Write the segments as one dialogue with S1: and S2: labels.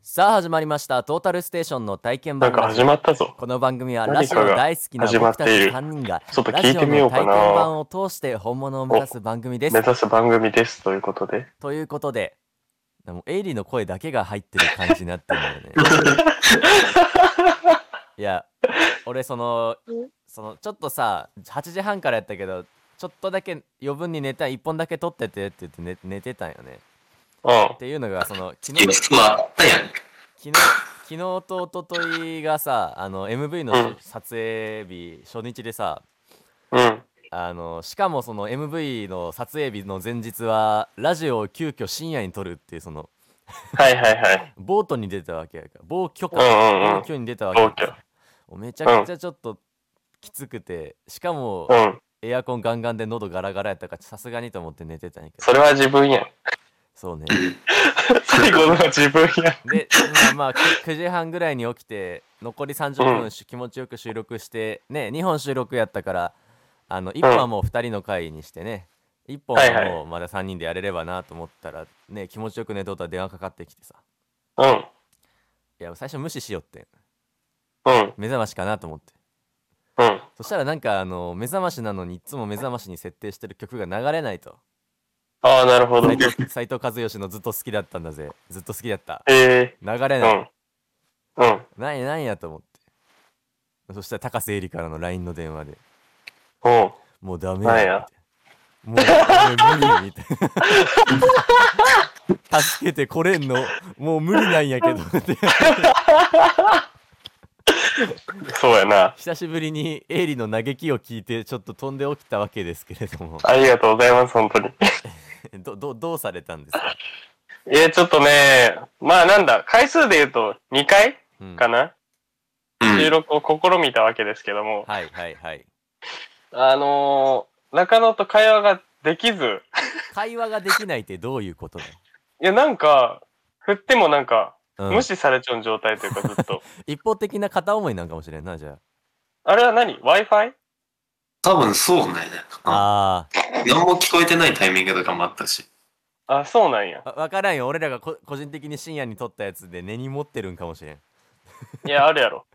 S1: さあ始まりましたトータルステーションの体験
S2: なん
S1: 版
S2: か
S1: ラジ
S2: 始
S1: オ
S2: まったぞ。
S1: この番組はラ
S2: 何
S1: ジ
S2: か
S1: オ
S2: が
S1: 大好きな僕たち
S2: 始ま
S1: 3人が
S2: ちょっと
S1: ラ
S2: 聞い
S1: ジオ
S2: てみよ
S1: の
S2: うか
S1: 体験
S2: な。
S1: 版を通して本物を目指す番組で
S2: 目
S1: す
S2: 指す番組ですということで。
S1: ということででもエイリーの声だけが入ってる感じになってるんだよねいや俺そのそのちょっとさ8時半からやったけどちょっとだけ余分にネタ1本だけ撮っててって言って寝寝てたんよね
S2: うん
S1: っ。ていうのがその昨日
S3: 今質問あったやん。
S1: 昨日昨日と一昨日がさあの MV の
S2: うん
S1: 撮影日初日でさ
S2: うん。
S1: あのしかもその MV の撮影日の前日はラジオを急遽深夜に撮るっていうその
S2: はいはいはい。
S1: ボートに出たわけやから暴挙か
S2: うんうんうん
S1: 暴挙に出たわけやから
S2: 暴
S1: もうめちゃくちゃちょっときつくてしかも
S2: うん。
S1: エアコンガンガンで喉ガラガラやったからさすがにと思って寝てたんやけど
S2: それは自分 やん。
S1: そうね
S2: 最後のは自分やん。
S1: で、まあ、まあ、9時半ぐらいに起きて残り30分し気持ちよく収録してね2本収録やったからあの1本はもう2人の回にしてね1本
S2: は
S1: はい
S2: はい
S1: もうまだ3人でやれればなと思ったらね気持ちよく寝とったら電話かかってきてさ
S2: うん。
S1: いや最初無視しよって
S2: うん。
S1: 目覚ましかなと思って
S2: うん。
S1: そしたらなんかあの目覚ましなのにいつも目覚ましに設定してる曲が流れないと
S2: ああ、なるほど
S1: 斎。藤斉藤和義のずっと好きだったんだぜずっと好きだった
S2: え
S1: 流れ
S2: ー。
S1: ない、
S2: うん。うん。
S1: なんやなんやと思ってそしたら高瀬絵里からの LINE の電話で
S2: うん。
S1: もうダメ
S2: なん
S1: よ
S2: や
S1: みたいな。もう俺無理みたい な。助けてこれんの、もう無理なんやけど。って
S2: そうやな。
S1: 久しぶりにエイリの嘆きを聞いて、ちょっと飛んで起きたわけですけれども、
S2: ありがとうございます、本当に。
S1: どどどうされたんですか、
S2: えー、ちょっとね、まあなんだ、回数で言うと2回
S1: うん、
S2: か
S1: は
S2: な、
S3: うん
S2: 収録を試みたわけですけども、
S1: いはいはい。
S2: あのー、中野と会話ができず、
S1: 会話ができないってどういうことだよ、
S2: いやなんか、振ってもなんか、
S1: うん
S2: 無視されちゃう状態というかずっと。
S1: 一方的な片思いなんかもしれんな、じゃ
S2: あれは何 ?Wi-Fi?
S3: 多分そうね。あ
S1: あ。あ
S3: 何も聞こえてないタイミングとかもあったし。
S2: あ、そうなんや。
S1: あ。わからんよ。俺らがこ個人的に深夜に撮ったやつで根に持ってるんかもしれん。
S2: いや、あるやろ。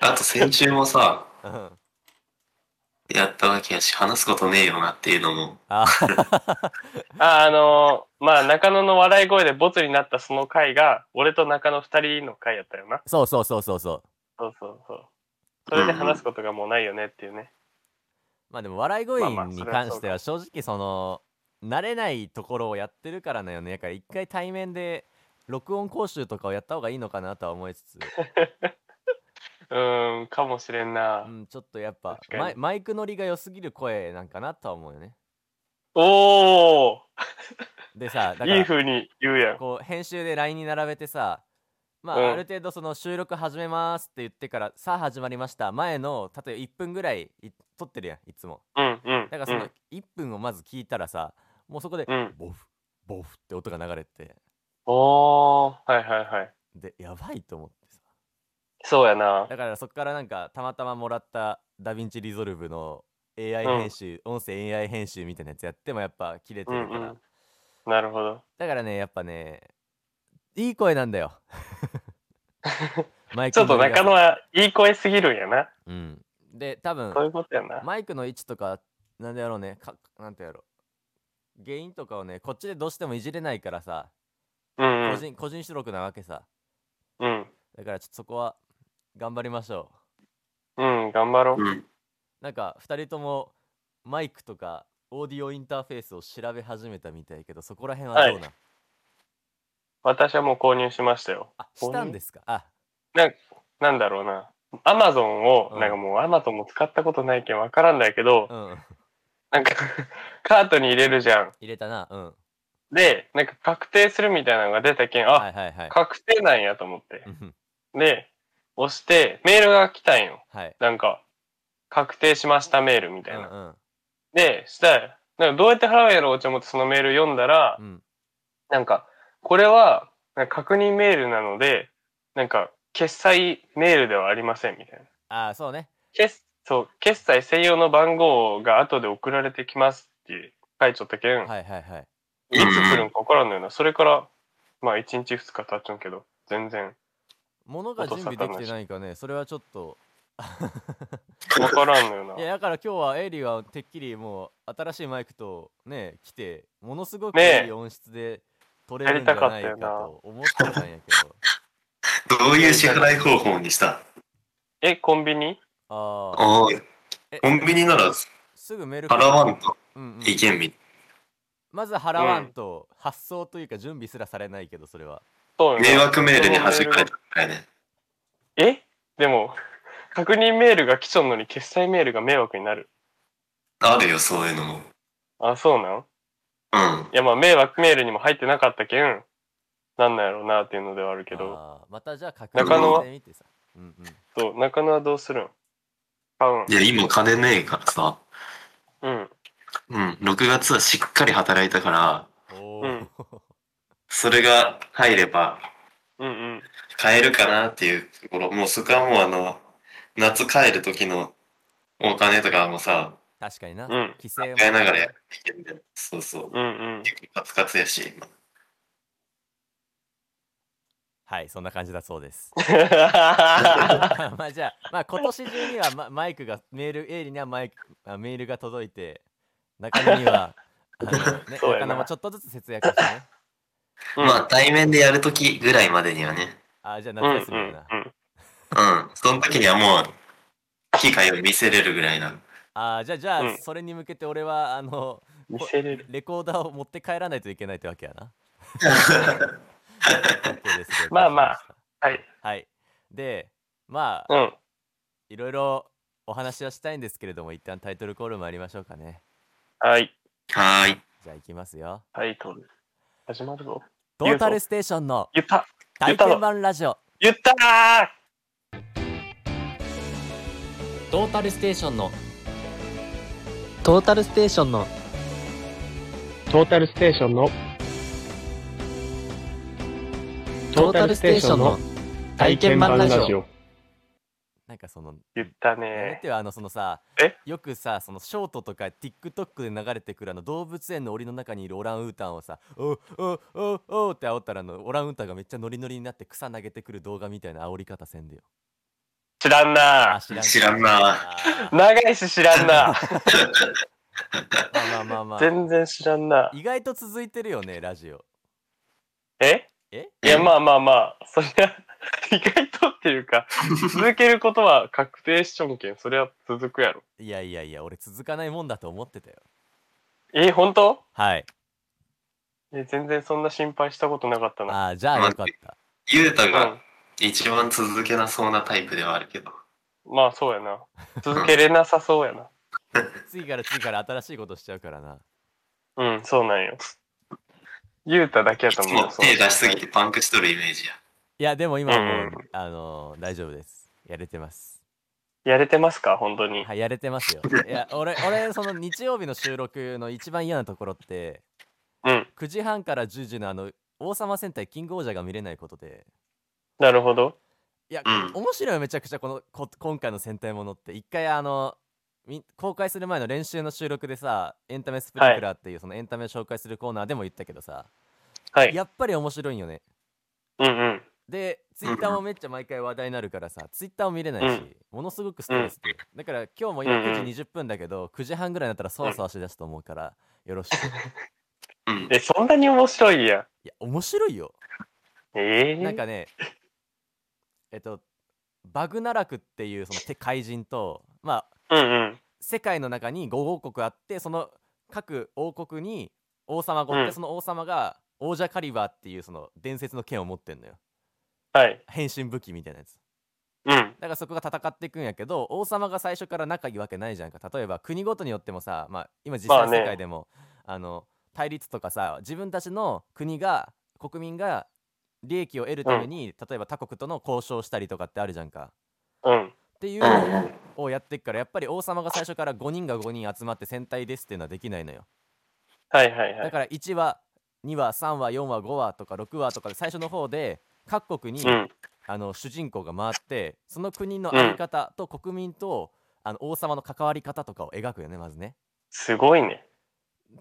S3: あと先週もさ、
S1: うん
S3: やったわけやし、話すことねえよなっていうのも。
S1: あ
S2: あ、あのー、まあ、中野の笑い声でボツになったその回が、俺と中野二人の回やったよな。
S1: そうそうそうそうそう。
S2: そうそうそう。それで話すことがもうないよねっていうね。
S1: まあでも笑い声
S2: まあまあ
S1: に
S2: それは
S1: 関
S2: そう
S1: しては正直その慣れないところをやってるからなよねだから一回対面で録音講習とかをやった方がいいのかなとは思い つつ、
S2: うーん、かもしれんな
S1: う。ん、ちょっとやっぱ
S2: 確かに
S1: マイマイク乗りが良すぎる声なんかなとは思うよね
S2: お
S1: で さだか
S2: ー
S1: ら
S2: いい風に言うやん。
S1: こう編集で LINE に並べてさまあ、
S2: うん
S1: ある程度その収録始めますって言ってからさあ始まりました前の例えば1分ぐらいい撮ってるやんいつも
S2: うんうん。
S1: だからその1分をまず聞いたらさもうそこで
S2: うん。うん、
S1: ボフボフって音が流れて
S2: おー、はいはいはい。
S1: でやばいと思ってさ
S2: そうやな。
S1: だからそっからなんかたまたまもらったダヴィンチリゾルブの AI
S2: うん
S1: 編集、音声 AI 編集みたいなやつやってもやっぱ切れてるから、
S2: うんうんなるほど。
S1: だからねやっぱねいい声なんだ よマイ
S2: ちょっと
S1: の位置
S2: 中
S1: が
S2: 野はいい声すぎるんやな。
S1: うんで多分
S2: そういうことやな。
S1: マイクの位置とかなんでやろうねかなんてやろう原因とかをねこっちでどうしてもいじれないからさ、
S2: うん
S1: 個
S2: うん。
S1: 人個人収録なわけさ
S2: うん。
S1: だからちょっとそこは頑張りましょう
S2: うん、頑張ろう。
S3: うん。
S1: なんか2人ともマイクとかオーディオインターフェースを調べ始めたみたいけどそこら辺はどうなん、
S2: 私はもう購入しましたよ。
S1: あしたんですかあ
S2: なんだろうな。アマゾンを、
S1: うん
S2: なんかもうアマゾンも使ったことないけんわからんだけど、
S1: うん
S2: なんか カートに入れるじゃん。
S1: 入れたなうん
S2: で、なんか確定するみたいなのが出たけん、あ、
S1: はいはいはい
S2: 確定なんやと思って
S1: う。ん
S2: で、押してメールが来たんよ。
S1: はい
S2: なんか、確定しましたメールみ
S1: う
S2: たい
S1: ん
S2: な。
S1: うん
S2: で、したら、なんかどうやって払うんやろうと思ってそのメール読んだら、
S1: うん
S2: なんか、これは、なんか確認メールなので、なんか、決済メールではありません、みたいな。
S1: ああそうね
S2: 決、そう、決済専用の番号が後で送られてきますって書いちゃったけん、
S1: はいはいはい
S2: いつ来るんか分からんのよな。それから、まあ、1日2日経っちゃうけど、全然。
S1: 物が準備できてないかねそれはちょっと
S2: わからんのよ な。
S1: いやだから今日はエイリーはてっきりもう新しいマイクとね来てものすごく
S2: ねえ
S1: いい音質で撮れるんじゃないかと思ってたんやけど
S3: どういう支払い方法にした
S2: え、コンビニ
S1: ああ
S3: ああ、
S1: え
S3: コンビニなら
S1: すぐメール
S3: 払わんと
S1: うんうん
S3: いけんみたい
S1: まず払わんと発送というか準備すらされないけどそれは
S2: そうよ
S3: な。迷
S2: な。
S3: 惑メールに弾かれたからね。
S2: えでも、確認メールが来ちゃうのに決済メールが迷惑になる。
S3: あるよ、そういうのも。
S2: あ、そうなん
S3: うん。
S2: いや、まあ、迷惑メールにも入ってなかったけん、なんなんやろうなっていうのではあるけど、
S1: あーまたじゃあ確
S2: 中野
S1: 認
S2: は
S1: してみてさうんうん
S2: そう、中野はどうするん買うん
S3: いや、今金ねえからさ。
S2: うん。
S3: うん。6月はしっかり働いたから、
S1: お
S2: うん
S1: ー
S3: それが入れば
S2: うんうん。
S3: 買えるかなっていうところ。もうそこはもうあの、夏帰る時のお金とかはもうさ、
S1: 確かにな
S2: うん
S1: 規制も
S3: 買えながらやっていけんだよ。そうそう。
S2: うん うん。
S3: 結構カツカツやし、今
S1: はいそんな感じだそうです
S2: は
S1: まあじゃあ、まあ、今年中には、ま、マイクがメールエイリにはマイクあメールが届いて中野に はあの、ね、
S2: そう
S1: 中
S2: やな
S1: 野もちょっとずつ節約してね
S2: うん
S3: まあ対面でやるときぐらいまでにはね。
S1: あじゃあ
S2: うんう
S1: 夏休みだな、
S2: んうん。
S3: うん。その時にはもう、機会を見せれるぐらいな。
S1: あじゃあじゃあ、
S2: うん
S1: それに向けて俺はあの
S2: 見せれる。
S1: レコーダーを持って帰らないといけないってわけや な OK です了解しした
S2: まあまあはい。
S1: はいでまあ
S2: うん。
S1: いろいろお話はしたいんですけれども一旦タイトルコール参りましょうかね
S2: はい。
S3: はーい。
S1: じゃあ行きますよ
S2: タイトル。始まるぞ。
S1: トータルステーションの
S2: 言った
S1: 体験版ラジオ
S2: 言ったー
S1: トータルステーションのトータルステーションの
S4: トータルステーションのトータルステーションの体験版ラジオ
S1: なんかその
S2: 言った
S1: やめ
S2: ね
S1: てよあのそのさ
S2: え
S1: よくさそのショートとか TikTok で流れてくるあの動物園の檻の中にいるオランウータンをさ「おうおうおうおう」って煽ったらあのオランウータンがめっちゃノリノリになって草投げてくる動画みたいな煽り方せんでよ
S2: 知らんな
S1: 知
S3: 知らんな。
S1: あー
S2: 長いし知ら んな
S1: まあまあまあまあ
S2: 全然知らんな
S1: 意外と続いてるよねラジオ
S2: え
S1: え
S2: いやまあまあまあそりゃ 意外とっていうか続けることは確定しちょんけんそれは続くやろ
S1: いやいやいや俺続かないもんだと思ってたよ
S2: え本当
S1: はい
S2: え全然そんな心配したことなかったな
S1: あーじゃあよかった
S3: ゆうた
S2: う
S3: が
S2: ん
S3: 一番続けなそうなタイプではあるけど。
S2: まあそうやな続けれなさそうやな
S1: 次から次から新しいことしちゃうからな
S2: うんそうなんよゆうただけや
S3: い
S2: と
S3: つ
S2: 思う
S3: も手出しすぎ
S2: て
S3: てパンクしとるイメージや。
S1: いやでも今はもう、
S2: うん
S1: あのー大丈夫ですやれてます
S2: やれてますか本当に
S1: はい、やれてますよ。 いや、俺、俺、その日曜日の収録の一番嫌なところって、
S2: うん
S1: 9時半から10時のあの、王様戦隊キングオージャーが見れないことで、
S2: なるほど
S1: いや、
S3: うん
S1: 面白いよめちゃくちゃこのこ今回の戦隊ものって、一回あの、み公開する前の練習の収録でさ、エンタメスプリンクラーっていうそのエンタメを紹介するコーナーでも言ったけどさ、
S2: はい
S1: やっぱり面白いんよね。
S2: うんうん
S1: で、ツイッターもめっちゃ毎回話題になるからさ、ツイッターも見れないし、ものすごくストレスで。だから今日も今
S2: うんうん
S1: 9時20分だけど、9時半ぐらいになったらそわそわしだすと思うから、よろしく。
S3: うん。
S2: えそんなに面白いや
S1: いや、面白いよ。
S2: ええ
S1: なんかね、えっと、バグナラクっていうそのて怪人と、まあ、
S2: うんうん
S1: 世界の中に5王国あって、その各王国に王様がおっ
S2: う
S1: て、
S2: ん
S1: その王様が王者カリバーっていうその伝説の剣を持ってんのよ。
S2: はい
S1: 変身武器みたいなやつ。
S2: うん
S1: だからそこが戦っていくんやけど王様が最初から仲いいわけないじゃんか例えば国ごとによってもさ、まあ、今実
S2: ま
S1: 際
S2: あね
S1: 世界でも、あの対立とかさ自分たちの国が国民が利益を得るために、例えば他国との交渉したりとかってあるじゃんか
S2: うん
S1: っていう
S3: う
S1: の
S3: ん。
S1: をやっていくからやっぱり王様が最初から5人が5人集まって戦隊ですっていうのはできないのよ
S2: はいはいは
S1: だ
S2: い
S1: から1話2話3話4話5話とか6話とかで最初の方で各国に、
S2: うん
S1: あの主人公が回ってその国の在り方と国民と、あの王様の関わり方とかを描くよねまずね。
S2: すごいね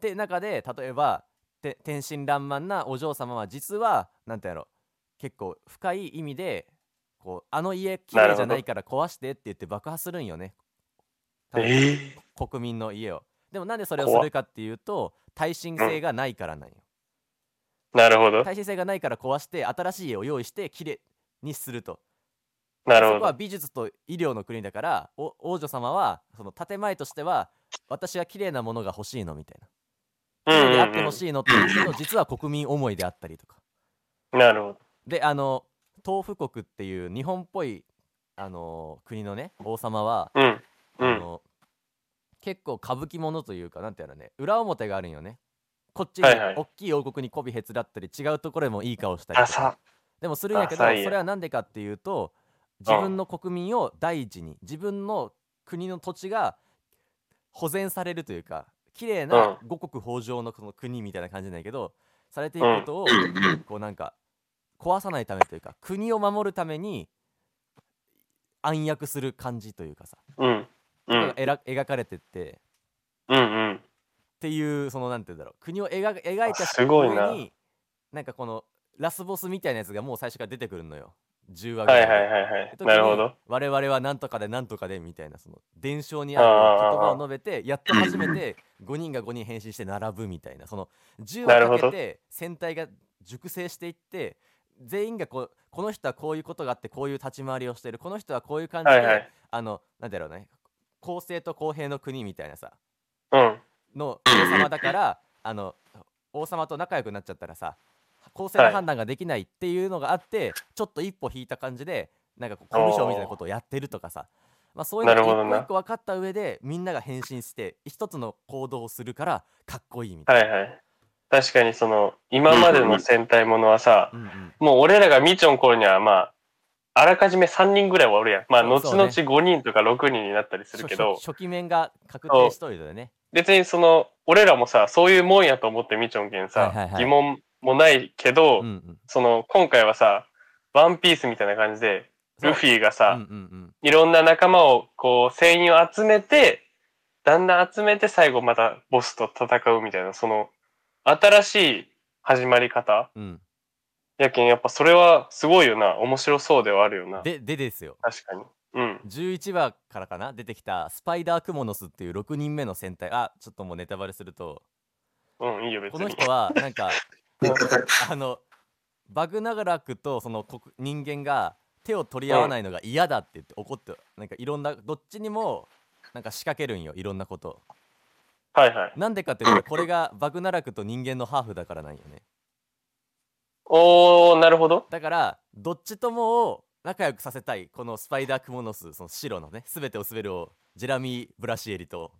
S1: で中で例えばて天真爛漫なお嬢様は実はなんてやろ結構深い意味でこうあの家綺麗じゃないから壊してって言って爆破するんよね多分
S2: え
S1: 国民の家をでもなんでそれをす
S2: 怖っ
S1: るかっていうと耐震性がないからなんよ
S2: ーなるほど。
S1: 耐震性がないから壊して新しい家を用意して綺麗にすると
S2: なる
S1: そ
S2: ほ
S1: こは
S2: ど。
S1: 美術と医療の国だからお王女様はその建前としては私は綺麗なものが欲しいのみたいな
S2: うん
S1: 綺麗
S2: う
S1: であ
S2: ん
S1: ってほしいのって言うけど実は国民思いであったりとか
S2: うん。なるほど。
S1: であの豆腐国っていう日本っぽいあの国のね王様は、
S2: うん。う
S1: あ
S2: ん。
S1: の結構歌舞伎ものというかなんていうのね裏表があるんよねこっちに
S2: はいはい
S1: 大きい王国に媚びへつらったり違うところでもいい顔したりと
S2: あ
S1: か
S2: さ、
S1: でもするんやけどそ
S2: 浅い
S1: れはなんでかっていうと自分の国民を第一に自分の国の土地が保全されるというか綺麗な五穀豊穣のこの国みたいな感じなんやけどされていくことを
S3: うんうん
S1: こうなんか壊さないためというか国を守るために暗躍する感じというかさ、
S2: うん。うん。
S1: えら描かれてって
S2: うん。うん。
S1: っていうそのなんて言うんだろう国を描描いた
S2: すごいな
S1: 上になんかこのラスボスみたいなやつがもう最初から出てくるのよ10話ぐ
S2: は
S1: ら
S2: い
S1: いで
S2: はいはいはい。
S1: 時に
S2: なるほど。
S1: 我々はなんとかでなんとかでみたいなその伝承にある言葉を述べてやっと初め て5人が5人変身して並ぶみたいなその10
S2: なる
S1: 話
S2: ほ
S1: かけ
S2: ど
S1: て戦隊が熟成していって全員がこうこの人はこういうことがあってこういう立ち回りをしてるこの人はこういう感じ
S2: は
S1: で、
S2: いはい。
S1: あのなんだろうね公正と公平の国みたいなさ
S2: うん。
S1: の王様だからあの王様と仲良くなっちゃったらさ公正な判断ができないっていうのがあって、ちょっと一歩引いた感じでなんかこうコミュ障みたいなことをやってるとかさまあ、そういう
S2: な
S1: の
S2: るほど
S1: を一個
S2: な
S1: 一個分かった上でみんなが変身して一つの行動をするからかっこいいみたい
S2: はいはい。確かにその、今までの戦隊ものはさ
S1: な。、うんうん
S2: もう俺らが見ちょん頃にはまあ、あらかじめ3人ぐらいはおるやん。まあ、
S1: そうね
S2: 後々5人とか6人になったりするけど
S1: 初、初初期面が確定しといてね
S2: 別にその、俺らもさ、そういうもんやと思って見ちょんけ
S1: はいは
S2: ん
S1: い
S2: さ
S1: は、い
S2: 疑問もないけど
S1: うん、うん
S2: その、今回はさ、ワンピースみたいな感じで、ルフ
S1: ィ
S2: ィが
S1: うんう
S2: さ、
S1: ん
S2: いろんな仲間を、こう、船員を集めて、だんだん集めて最後またボスと戦うみたいな、その、新しい始まり方
S1: うんうん
S2: やけん、やっぱそれはすごいよな。面白そうではあるよな。
S1: ででですよ
S2: 確かに。うん。
S1: 11話からかな出てきたスパイダークモノスっていう6人目の戦隊あちょっともうネタバレすると
S2: うん、いいよ、別
S1: この
S2: に
S1: 人。はなんかあのバグナガラクとその国人間が手を取り合わないのが嫌だって言って怒ってなんかいろんなどっちにもなんか仕掛けるんよいろんなことを
S2: はいはい。
S1: なんでかっていうとこれがバグナラクと人間のハーフだからなんよね
S2: おー、なるほど。
S1: だからどっちともを仲良くさせたいこのスパイダークモノスその白のね全てを滑るをジェラミー・ブラシエリと、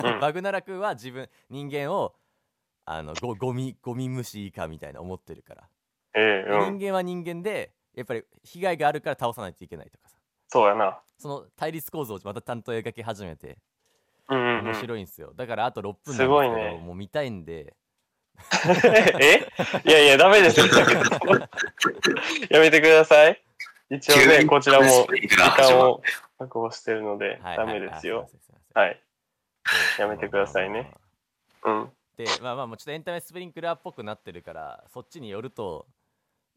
S2: ん
S1: バグナラクは自分人間をあのゴゴミゴミ虫以下みたいな思ってるから
S2: ええうん。
S1: 人間は人間でやっぱり被害があるから倒さないといけないとかさ
S2: そうやな。
S1: その対立構造をまた担当描き始めて
S2: うんうん、う
S1: 面
S2: ん。
S1: 白いんですよ、だからあと6分なんですけ
S2: す
S1: ど
S2: ごいね
S1: もう見たいんで
S2: えいやいや、ダ メですよ。やめてください。一応ね、こちらも
S3: いく
S2: 時
S3: ら始
S2: 間
S3: まっ
S2: を確保してるので、
S1: はい
S2: ダメですよ。
S1: はいはい
S2: はい。やめてくださいねうん。
S1: でまあまあもうちょっとエンタメスプリンクラーっぽくなってるからそっちによると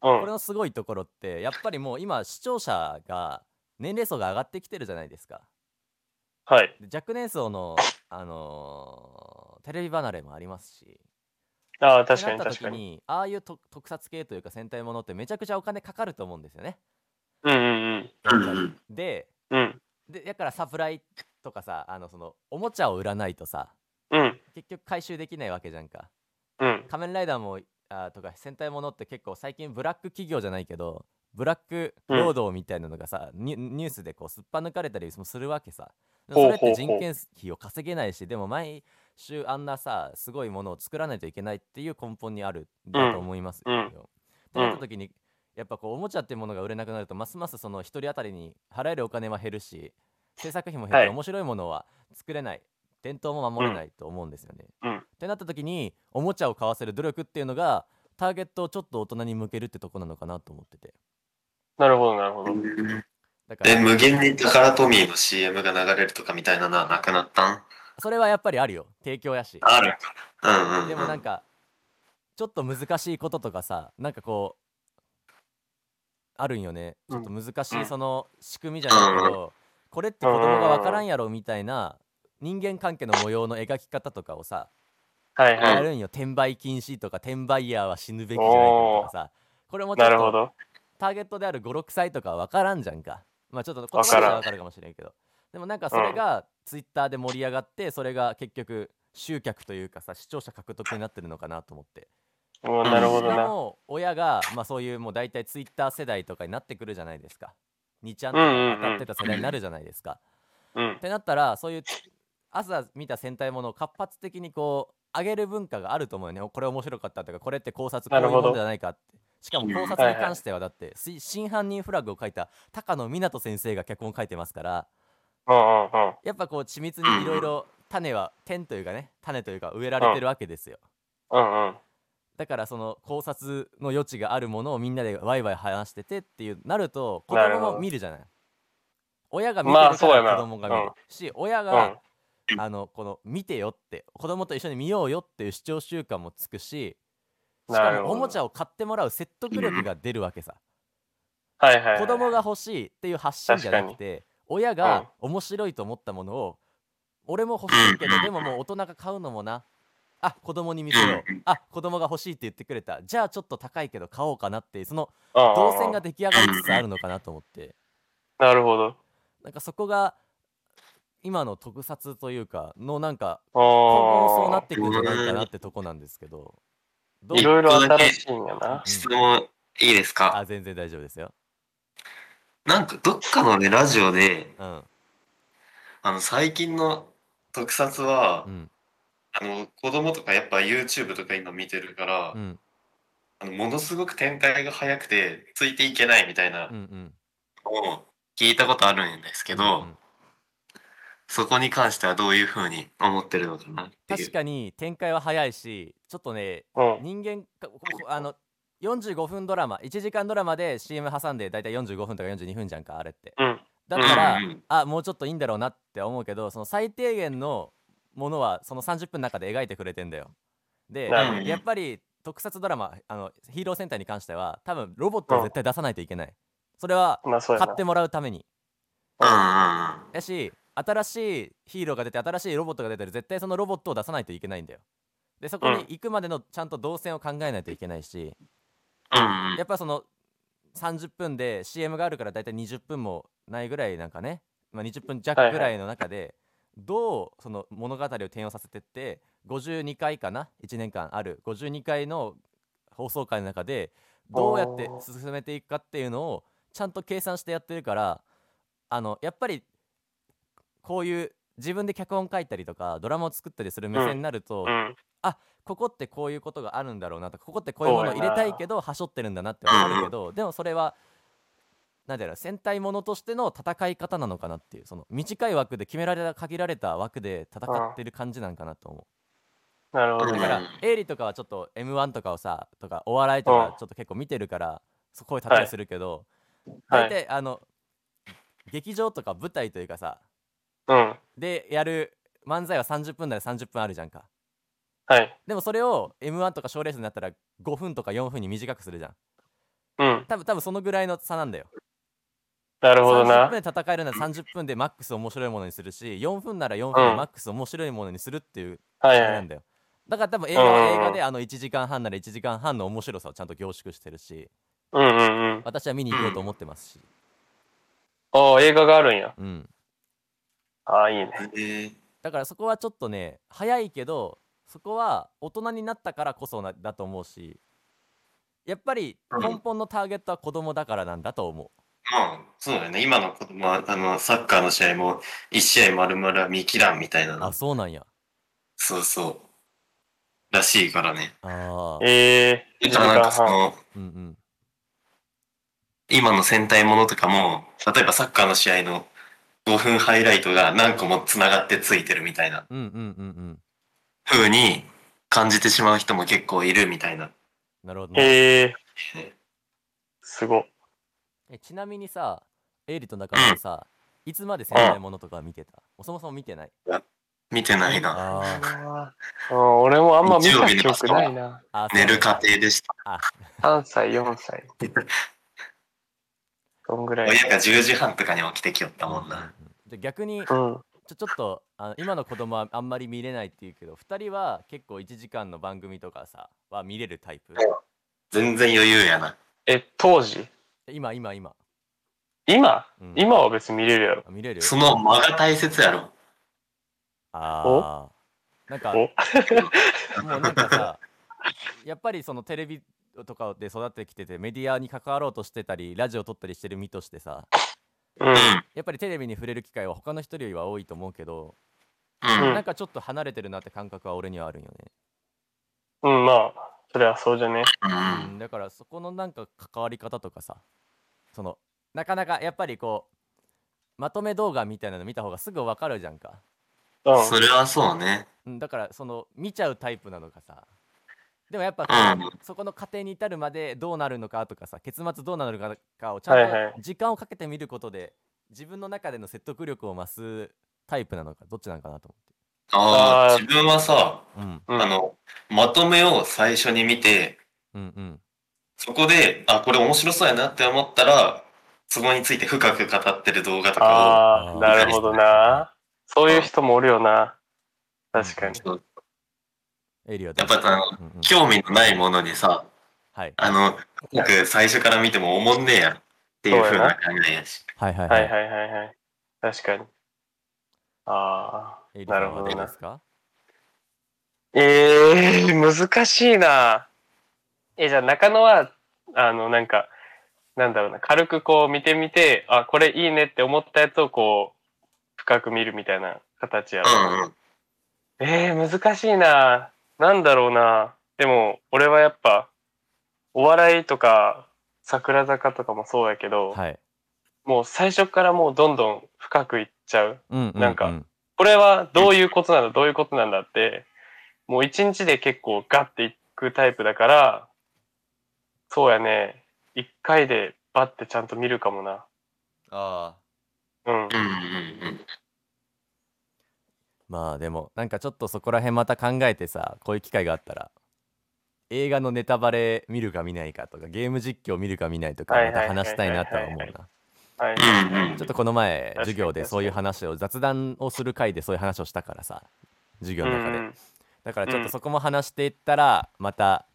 S2: う
S1: これ
S2: ん。
S1: のすごいところってやっぱりもう今視聴者が年齢層が上がってきてるじゃないですか
S2: はい。
S1: で若年層のあのーテレビ離れもありますし
S2: ああ、
S1: っ
S2: 確
S1: て
S2: か
S1: なっ
S2: に
S1: た
S2: 確
S1: 時
S2: かに。
S1: にああいうと特撮系というか戦隊ものってめちゃくちゃお金かかると思うんですよね。
S2: うんうん
S3: たうんうん
S1: で
S2: うん。
S1: でだからサプライとかさあのそのおもちゃを売らないとさ
S2: うん。うん。
S1: 結局回収できないわけじゃんか。
S2: うん。
S1: 仮面ライダーもあーとか戦隊ものって結構最近ブラック企業じゃないけどブラック労働みたいなのがさ、ニュニュースでこうすっぱ抜かれたりもするわけさ。でもそれっ
S2: ほうほ
S1: て
S2: うほ
S1: 人
S2: う
S1: 件費を稼げないしでも毎週あんなさすごいものを作らないといけないっていう根本にあるんだと思いますよ。
S2: うん
S1: ってなった時にやっぱこうおもちゃっていうものが売れなくなるとますますその一人当たりに払えるお金は減るし制作費も減って、
S2: はい
S1: 面白いものは作れない伝統も守れないと思うんですよね。
S2: うん
S1: ってなった時におもちゃを買わせる努力っていうのがターゲットをちょっと大人に向けるってとこなのかなと思ってて
S2: なるほど、なるほど。
S1: だから
S3: で、無限にタカラトミーの CM が流れるとかみたいなのはなくなったん
S1: それはやっぱりあるよ提供やし
S3: ある。うんうんうん。
S1: でもなんかちょっと難しいこととかさなんかこうあるんよねちょっと難し
S3: う
S1: い
S3: ん
S1: その仕組みじゃないけどこれって子供が分からんやろみたいな人間関係の模様の描き方とかをさ
S2: はいは
S1: や
S2: い。
S1: るんよ転売禁止とか転売ヤーは死ぬべきじゃないかとかさこれもちょ
S2: な
S1: っ
S2: るほ
S1: と
S2: ど。
S1: ターゲットである56歳とかは分からんじゃんかまあちょっと言葉
S2: 分
S1: じゃ
S2: からん
S1: 分かるかもしれんけどでもなんかそれがツイッターで盛り上がってそれが結局集客というかさ視聴者獲得になってるのかなと思って
S2: うんなるほど
S1: で
S2: な。
S1: も親が、まあ、そういうもう大体ツイッター世代とかになってくるじゃないですか2ちゃんと
S2: うんうんう
S1: か
S2: ん
S1: 当たってた世代になるじゃないですか、
S2: うん
S1: っ。てなったらそういう朝見た戦隊ものを活発的にこう上げる文化があると思うよねおこれ面白かったとかこれって考察こう
S2: な
S1: いう
S2: るほど
S1: もんじゃないかってしかも考察に関してはだって、し真犯人フラグを書いた高野湊先生が脚本を書いてますから
S2: うんうんうん。
S1: やっぱこう緻密にいろいろ種は点というかね種というか植えられてるわけですよ
S2: うんうん。
S1: だからその考察の余地があるものをみんなでワイワイ話しててっていうなると子
S2: なるほ
S1: 供
S2: ど
S1: も見るじゃない親が見てる
S2: まあ
S1: から
S2: そうやな
S1: 子供が見る、
S2: うん
S1: し親が、あのこの見てよって子供と一緒に見ようよっていう視聴習慣もつくしし
S2: な
S1: か
S2: るほど
S1: もおもちゃを買ってもらう説得力が出るわけさ
S2: はいはいはい。
S1: 子供が欲しいっていう発信じゃなくて親が面白いと思ったものを俺も欲しいけどでももう大人が買うのもなあ子供に見せよう
S3: うん
S1: あ子供が欲しいって言ってくれたじゃあちょっと高いけど買おうかなっていうその
S2: うんうんうん
S1: 動線が出来上がりつつあるのかなと思って
S2: なるほど。
S1: なんかそこが今の特撮というかのなんか今後もそうな
S2: あ
S1: ってくるんじゃないかなってとこなんですけどどう
S2: あ。いろいろ新しいんやな。
S3: 質問いいですか
S1: あ全然大丈夫ですよ
S3: なんかどっかのね、ラジオで、
S1: うん
S3: あの、最近の特撮は、
S1: うん
S3: あの、子供とかやっぱ YouTube とか今見てるから、
S1: うん
S3: あのものすごく展開が早くて、ついていけないみたいな
S1: うんうん
S3: のを聞いたことあるんですけ
S1: う
S3: ど、
S1: ん
S3: そこに関してはどういうふうに思ってるのかなっていう。
S1: 確かに展開は早いしちょっとね
S2: うん。
S1: 人間かここあの45分ドラマ1時間ドラマで CM 挟んで大体45分とか42分じゃんかあれって
S2: うん。
S1: だから、
S3: うんうん
S1: あもうちょっといいんだろうなって思うけどその最低限のものはその30分の中で描いてくれてんだよで
S2: な
S3: るほど
S1: やっぱり特撮ドラマあのヒーローセンターに関しては多分ロボットを絶対出さないといけないそれは
S2: まあそうや
S1: 買
S2: な
S1: って。もらうために
S3: うん
S1: やし新しいヒーローが出て新しいロボットが出てる絶対そのロボットを出さないといけないんだよでそこに
S2: うん
S1: 行くまでのちゃんと動線を考えないといけないし、
S3: うんうん。
S1: やっぱその30分で CM があるから大体20分もないぐらいなんかね、まあ、20分弱ぐらいの中でどうその物語を転用させてって52回かな1年間ある52回の放送回の中でどうやって
S2: お
S1: 進めていくかっていうのをちゃんと計算してやってるからあのやっぱりこういう自分で脚本書いたりとかドラマを作ったりする目線になると、
S2: うん。
S1: ここってこういうことがあるんだろうなとかここってこういうものを入れたいけどはしょってるんだなってわかるけどでもそれはなんだろう戦隊ものとしての戦い方なのかなっていうその短い枠で決められた限られた枠で戦ってる感じなんかなと思
S2: なるほど
S1: うだ
S2: ね。
S1: から
S3: うん
S1: エイリとかはちょっと m 1とかをさとかお笑いと
S2: うん
S1: かちょっと結構見てるからそこういう戦いするけど
S2: は
S1: 大
S2: い。
S1: 体あの劇場とか舞台というかさ
S2: うん。
S1: でやる漫才は30分なら30分あるじゃんか
S2: はい。
S1: でもそれを m 1とか賞ーレースになったら5分とか4分に短くするじゃん
S2: うん。
S1: 多分多分そのぐらいの差なんだよ
S2: なるほど
S1: 30
S2: な。
S1: 分で戦えるなら30分でマックス面白いものにするし4分なら4分
S2: う
S1: で
S2: ん
S1: マックス面白いものにするっていう
S2: はい
S1: あれ
S2: は
S1: なん
S2: い。
S1: だよ、だから多分映画は映
S2: うんうん
S1: 画
S2: うん
S1: であの1時間半なら1時間半の面白さをちゃんと凝縮してるし
S2: うんうんうん。
S1: 私は見に行こうと思ってますし
S2: ああ、映画があるんや。
S1: うん、
S2: ああ、いいね。
S3: えー
S1: だからそこはちょっとね早いけどそこは大人になったからこそなだと思うしやっぱり
S3: うん
S1: 根本のターゲットは子供だからなんだと思う
S3: まあ、そうだよね。今の子供は、あの、サッカーの試合も、一試合丸々は見切らんみたいな
S1: あ
S3: の。
S1: そうなんや
S3: そうそう。らしいからね。
S1: あー
S2: ええー。
S3: だからなんかそ
S2: 半。
S3: の、
S1: うんうん
S3: 今の戦隊ものとかも、例えばサッカーの試合の5分ハイライトが何個も繋がってついてるみたいな
S1: うんうんうんうん
S3: 風に感じてしまう人も結構いるみたいな。
S1: なるほどね
S2: ええー。すごっ。
S1: えちなみにさエイリと中野さいつまで戦隊ものとか見てたもうそもそも見てない
S3: 見てないな。
S1: あー
S2: あーうん俺もあんま見た
S3: 日曜日
S2: 記
S3: の
S2: 憶ないな。
S1: あ
S3: 寝る
S1: か
S3: 家庭でした。
S2: 3歳、4歳。 どんぐらい。
S3: 親が10時半とかに起きてきよったもんな。
S1: じゃあ逆に
S2: うん。
S1: ちょちょっとあの今の子供はあんまり見れないっていうけど2人は結構1時間の番組とかさは見れるタイプ
S3: 全然余裕やな。
S2: え、当時
S1: 今今今、
S2: 今
S1: うん
S2: 今は別に見れるやろ。
S1: あ見れる
S3: その間が大切やろ。
S1: ああなんか
S2: お
S1: もうなんかさやっぱりそのテレビとかで育ってきててメディアに関わろうとしてたりラジオ撮ったりしてる身としてさ
S2: うん。
S1: やっぱりテレビに触れる機会は他の人よりは多いと思うけど、
S3: うん。うん。
S1: なんかちょっと離れてるなって感覚は俺にはあるんよね、
S2: うん、まあ、それはそうじゃね。
S3: うん
S1: うんだからそこのなんか関わり方とかさそのなかなかやっぱりこうまとめ動画みたいなの見た方がすぐわかるじゃんか、
S2: うん。
S3: それはそうね。
S1: うん、だからその見ちゃうタイプなのかさでもやっぱ
S3: うん
S1: そこの過程に至るまでどうなるのかとかさ結末どうなるのかをち
S2: は
S1: ゃ
S2: いは
S1: んと時間をかけてみることで自分の中での説得力を増すタイプなのかどっちなのかなと
S3: あ
S2: あ
S3: あ、
S2: ー
S3: 自分はさ、
S1: 思って、
S2: うん
S3: あの、まとめを最初に見て、
S1: うん、うんうん
S3: そこで、あ、これ面白そうやなって思ったら、そこについて深く語ってる動画とか
S2: ああ、なるほどな。そういう人もおるよな。確かに。
S3: を、
S1: エリアで
S3: やっぱあの、
S1: うんうん
S3: 興味のないものにさ、
S1: はい
S3: あの、僕最初から見てもおもんねえやろっていう風な感じやし。
S1: はいはい
S2: はいはいはいはい。確かに。ああ。
S1: エリア
S2: なるほどな
S1: どうですか
S2: ええ難しいな。え、じゃあ中野は、あの、なんか、なんだろうな、軽くこう見てみて、あ、これいいねって思ったやつをこう、深く見るみたいな形やろ。
S3: うんうん。
S2: えー、難しいな。なんだろうな。でも、俺はやっぱ、お笑いとか、桜坂とかもそうやけど、
S1: はい
S2: もう最初からもうどんどん深くいっちゃう。
S1: うんうう
S2: なんかこれはどういうことなんだ、どういうことなんだって、もう一日で結構ガッていくタイプだから、そうやね、一回でバッてちゃんと見るかもな。
S1: ああ
S2: うん。
S3: うんうんうん。
S1: まあでもなんかちょっとそこら辺また考えてさこういう機会があったら映画のネタバレ見るか見ないかとかゲーム実況見るか見ないとか
S2: はい
S1: ま
S2: はい
S1: た
S2: はいはいはい
S1: 話したいなとは思うな
S2: はい。
S3: うんうん
S1: ちょっとこの前
S2: かに
S1: 授業でそういう話を雑談をする回でそういう話をしたからさ授業
S2: う
S1: の中で、
S2: ん。
S1: だからちょっとそこも話していったらまた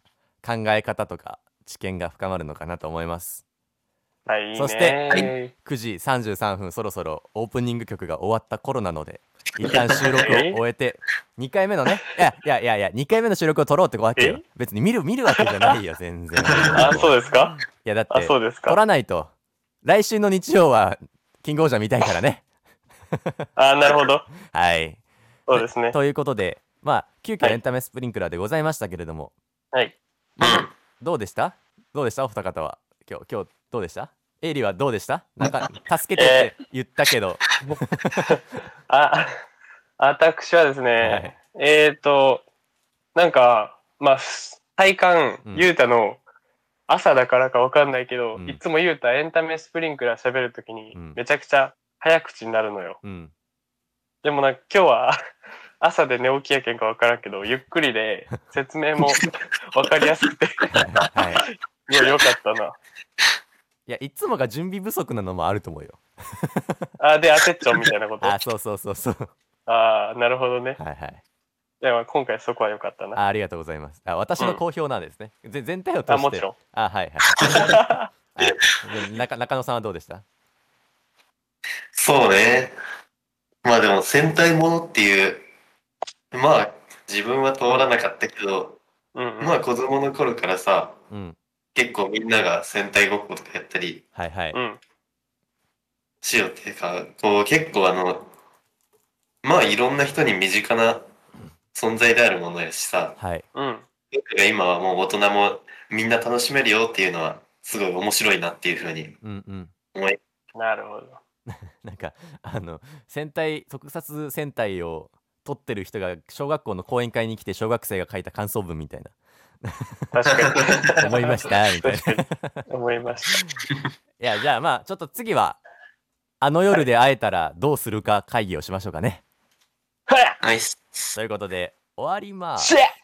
S1: 考え方とか知見が深まるのかなと思います
S2: はい、いいね。
S1: そして9時33分そろそろオープニング曲が終わった頃なので一旦収録を終えて2回目のねいやいやいやいや2回目の収録を撮ろうってわけよ
S2: え
S1: 別に見る見るわけじゃないよ全 然
S2: あ、そうですか
S1: いやだっ
S2: あ、
S1: て
S2: そうで
S1: 撮
S2: すか。
S1: らないと来週の日曜はキングオージャー見たいからね
S2: あ、なるほど。
S1: はい
S2: そうです ね。
S1: ということでまあ急遽
S2: はい
S1: エンタメスプリンクラーでございましたけれども、
S2: はい。
S1: どうでしたどうでしたお二方は今日今日どうでしたエイリーはどうでしたなんか助けてって言ったけ ど、
S2: あ、 私はですね、えっ、ー、と、なんか、まあ、体感
S1: うん、
S2: ゆうたの朝だからかわかんないけど、
S1: うん
S2: いつもゆうたエンタメスプリンクラー喋るときに
S1: うん、
S2: めちゃくちゃ早口になるのよ。
S1: うん
S2: でもなんか今日は 朝で寝起きやけんかわからんけど、ゆっくりで説明 もわかりやすくて、
S1: はい
S2: いや、よかったな。
S1: いやいつもが準備不足なのもあると思うよ
S2: あ、で、焦っちゃうみたいなこと。
S1: あそうそうそうそう
S2: ああ、なるほどね。
S1: はいはい
S2: いやまあ今回そこはよかったな。
S1: あありがとうございますあ私の好評なんですね、ぜ全体を通して
S2: あ、もちろん。
S1: あはいはい あで中中野さんはどうでした
S3: そうね。まあでも戦隊ものっていう、まあ自分は通らなかったけど、
S2: うん、うん。
S3: まあ子供の頃からさ、
S1: うん
S3: 結構みんなが戦隊ごっことかやったり
S1: はいはい、
S2: うん。
S3: しようっていうか、こう結構あの、まあいろんな人に身近な存在であるものやしさ、
S1: はい
S2: うん。
S3: 僕が今はもう大人もみんな楽しめるよっていうのはすごい面白いなっていうふうに
S1: うんうん
S3: 思い、
S2: なるほど。
S1: なんかあの戦隊特撮戦隊を撮ってる人が小学校の講演会に来て小学生が書いた感想文みたい
S2: 確か
S1: な
S2: に。
S1: 思いましたみたいない
S2: 確かに。思いまし
S1: やじゃあまあちょっと次はあの夜で会えたらどうするか会議をしましょうかねは
S5: ナイス。
S3: ということで終わりま
S1: っ
S3: ー
S1: しゃ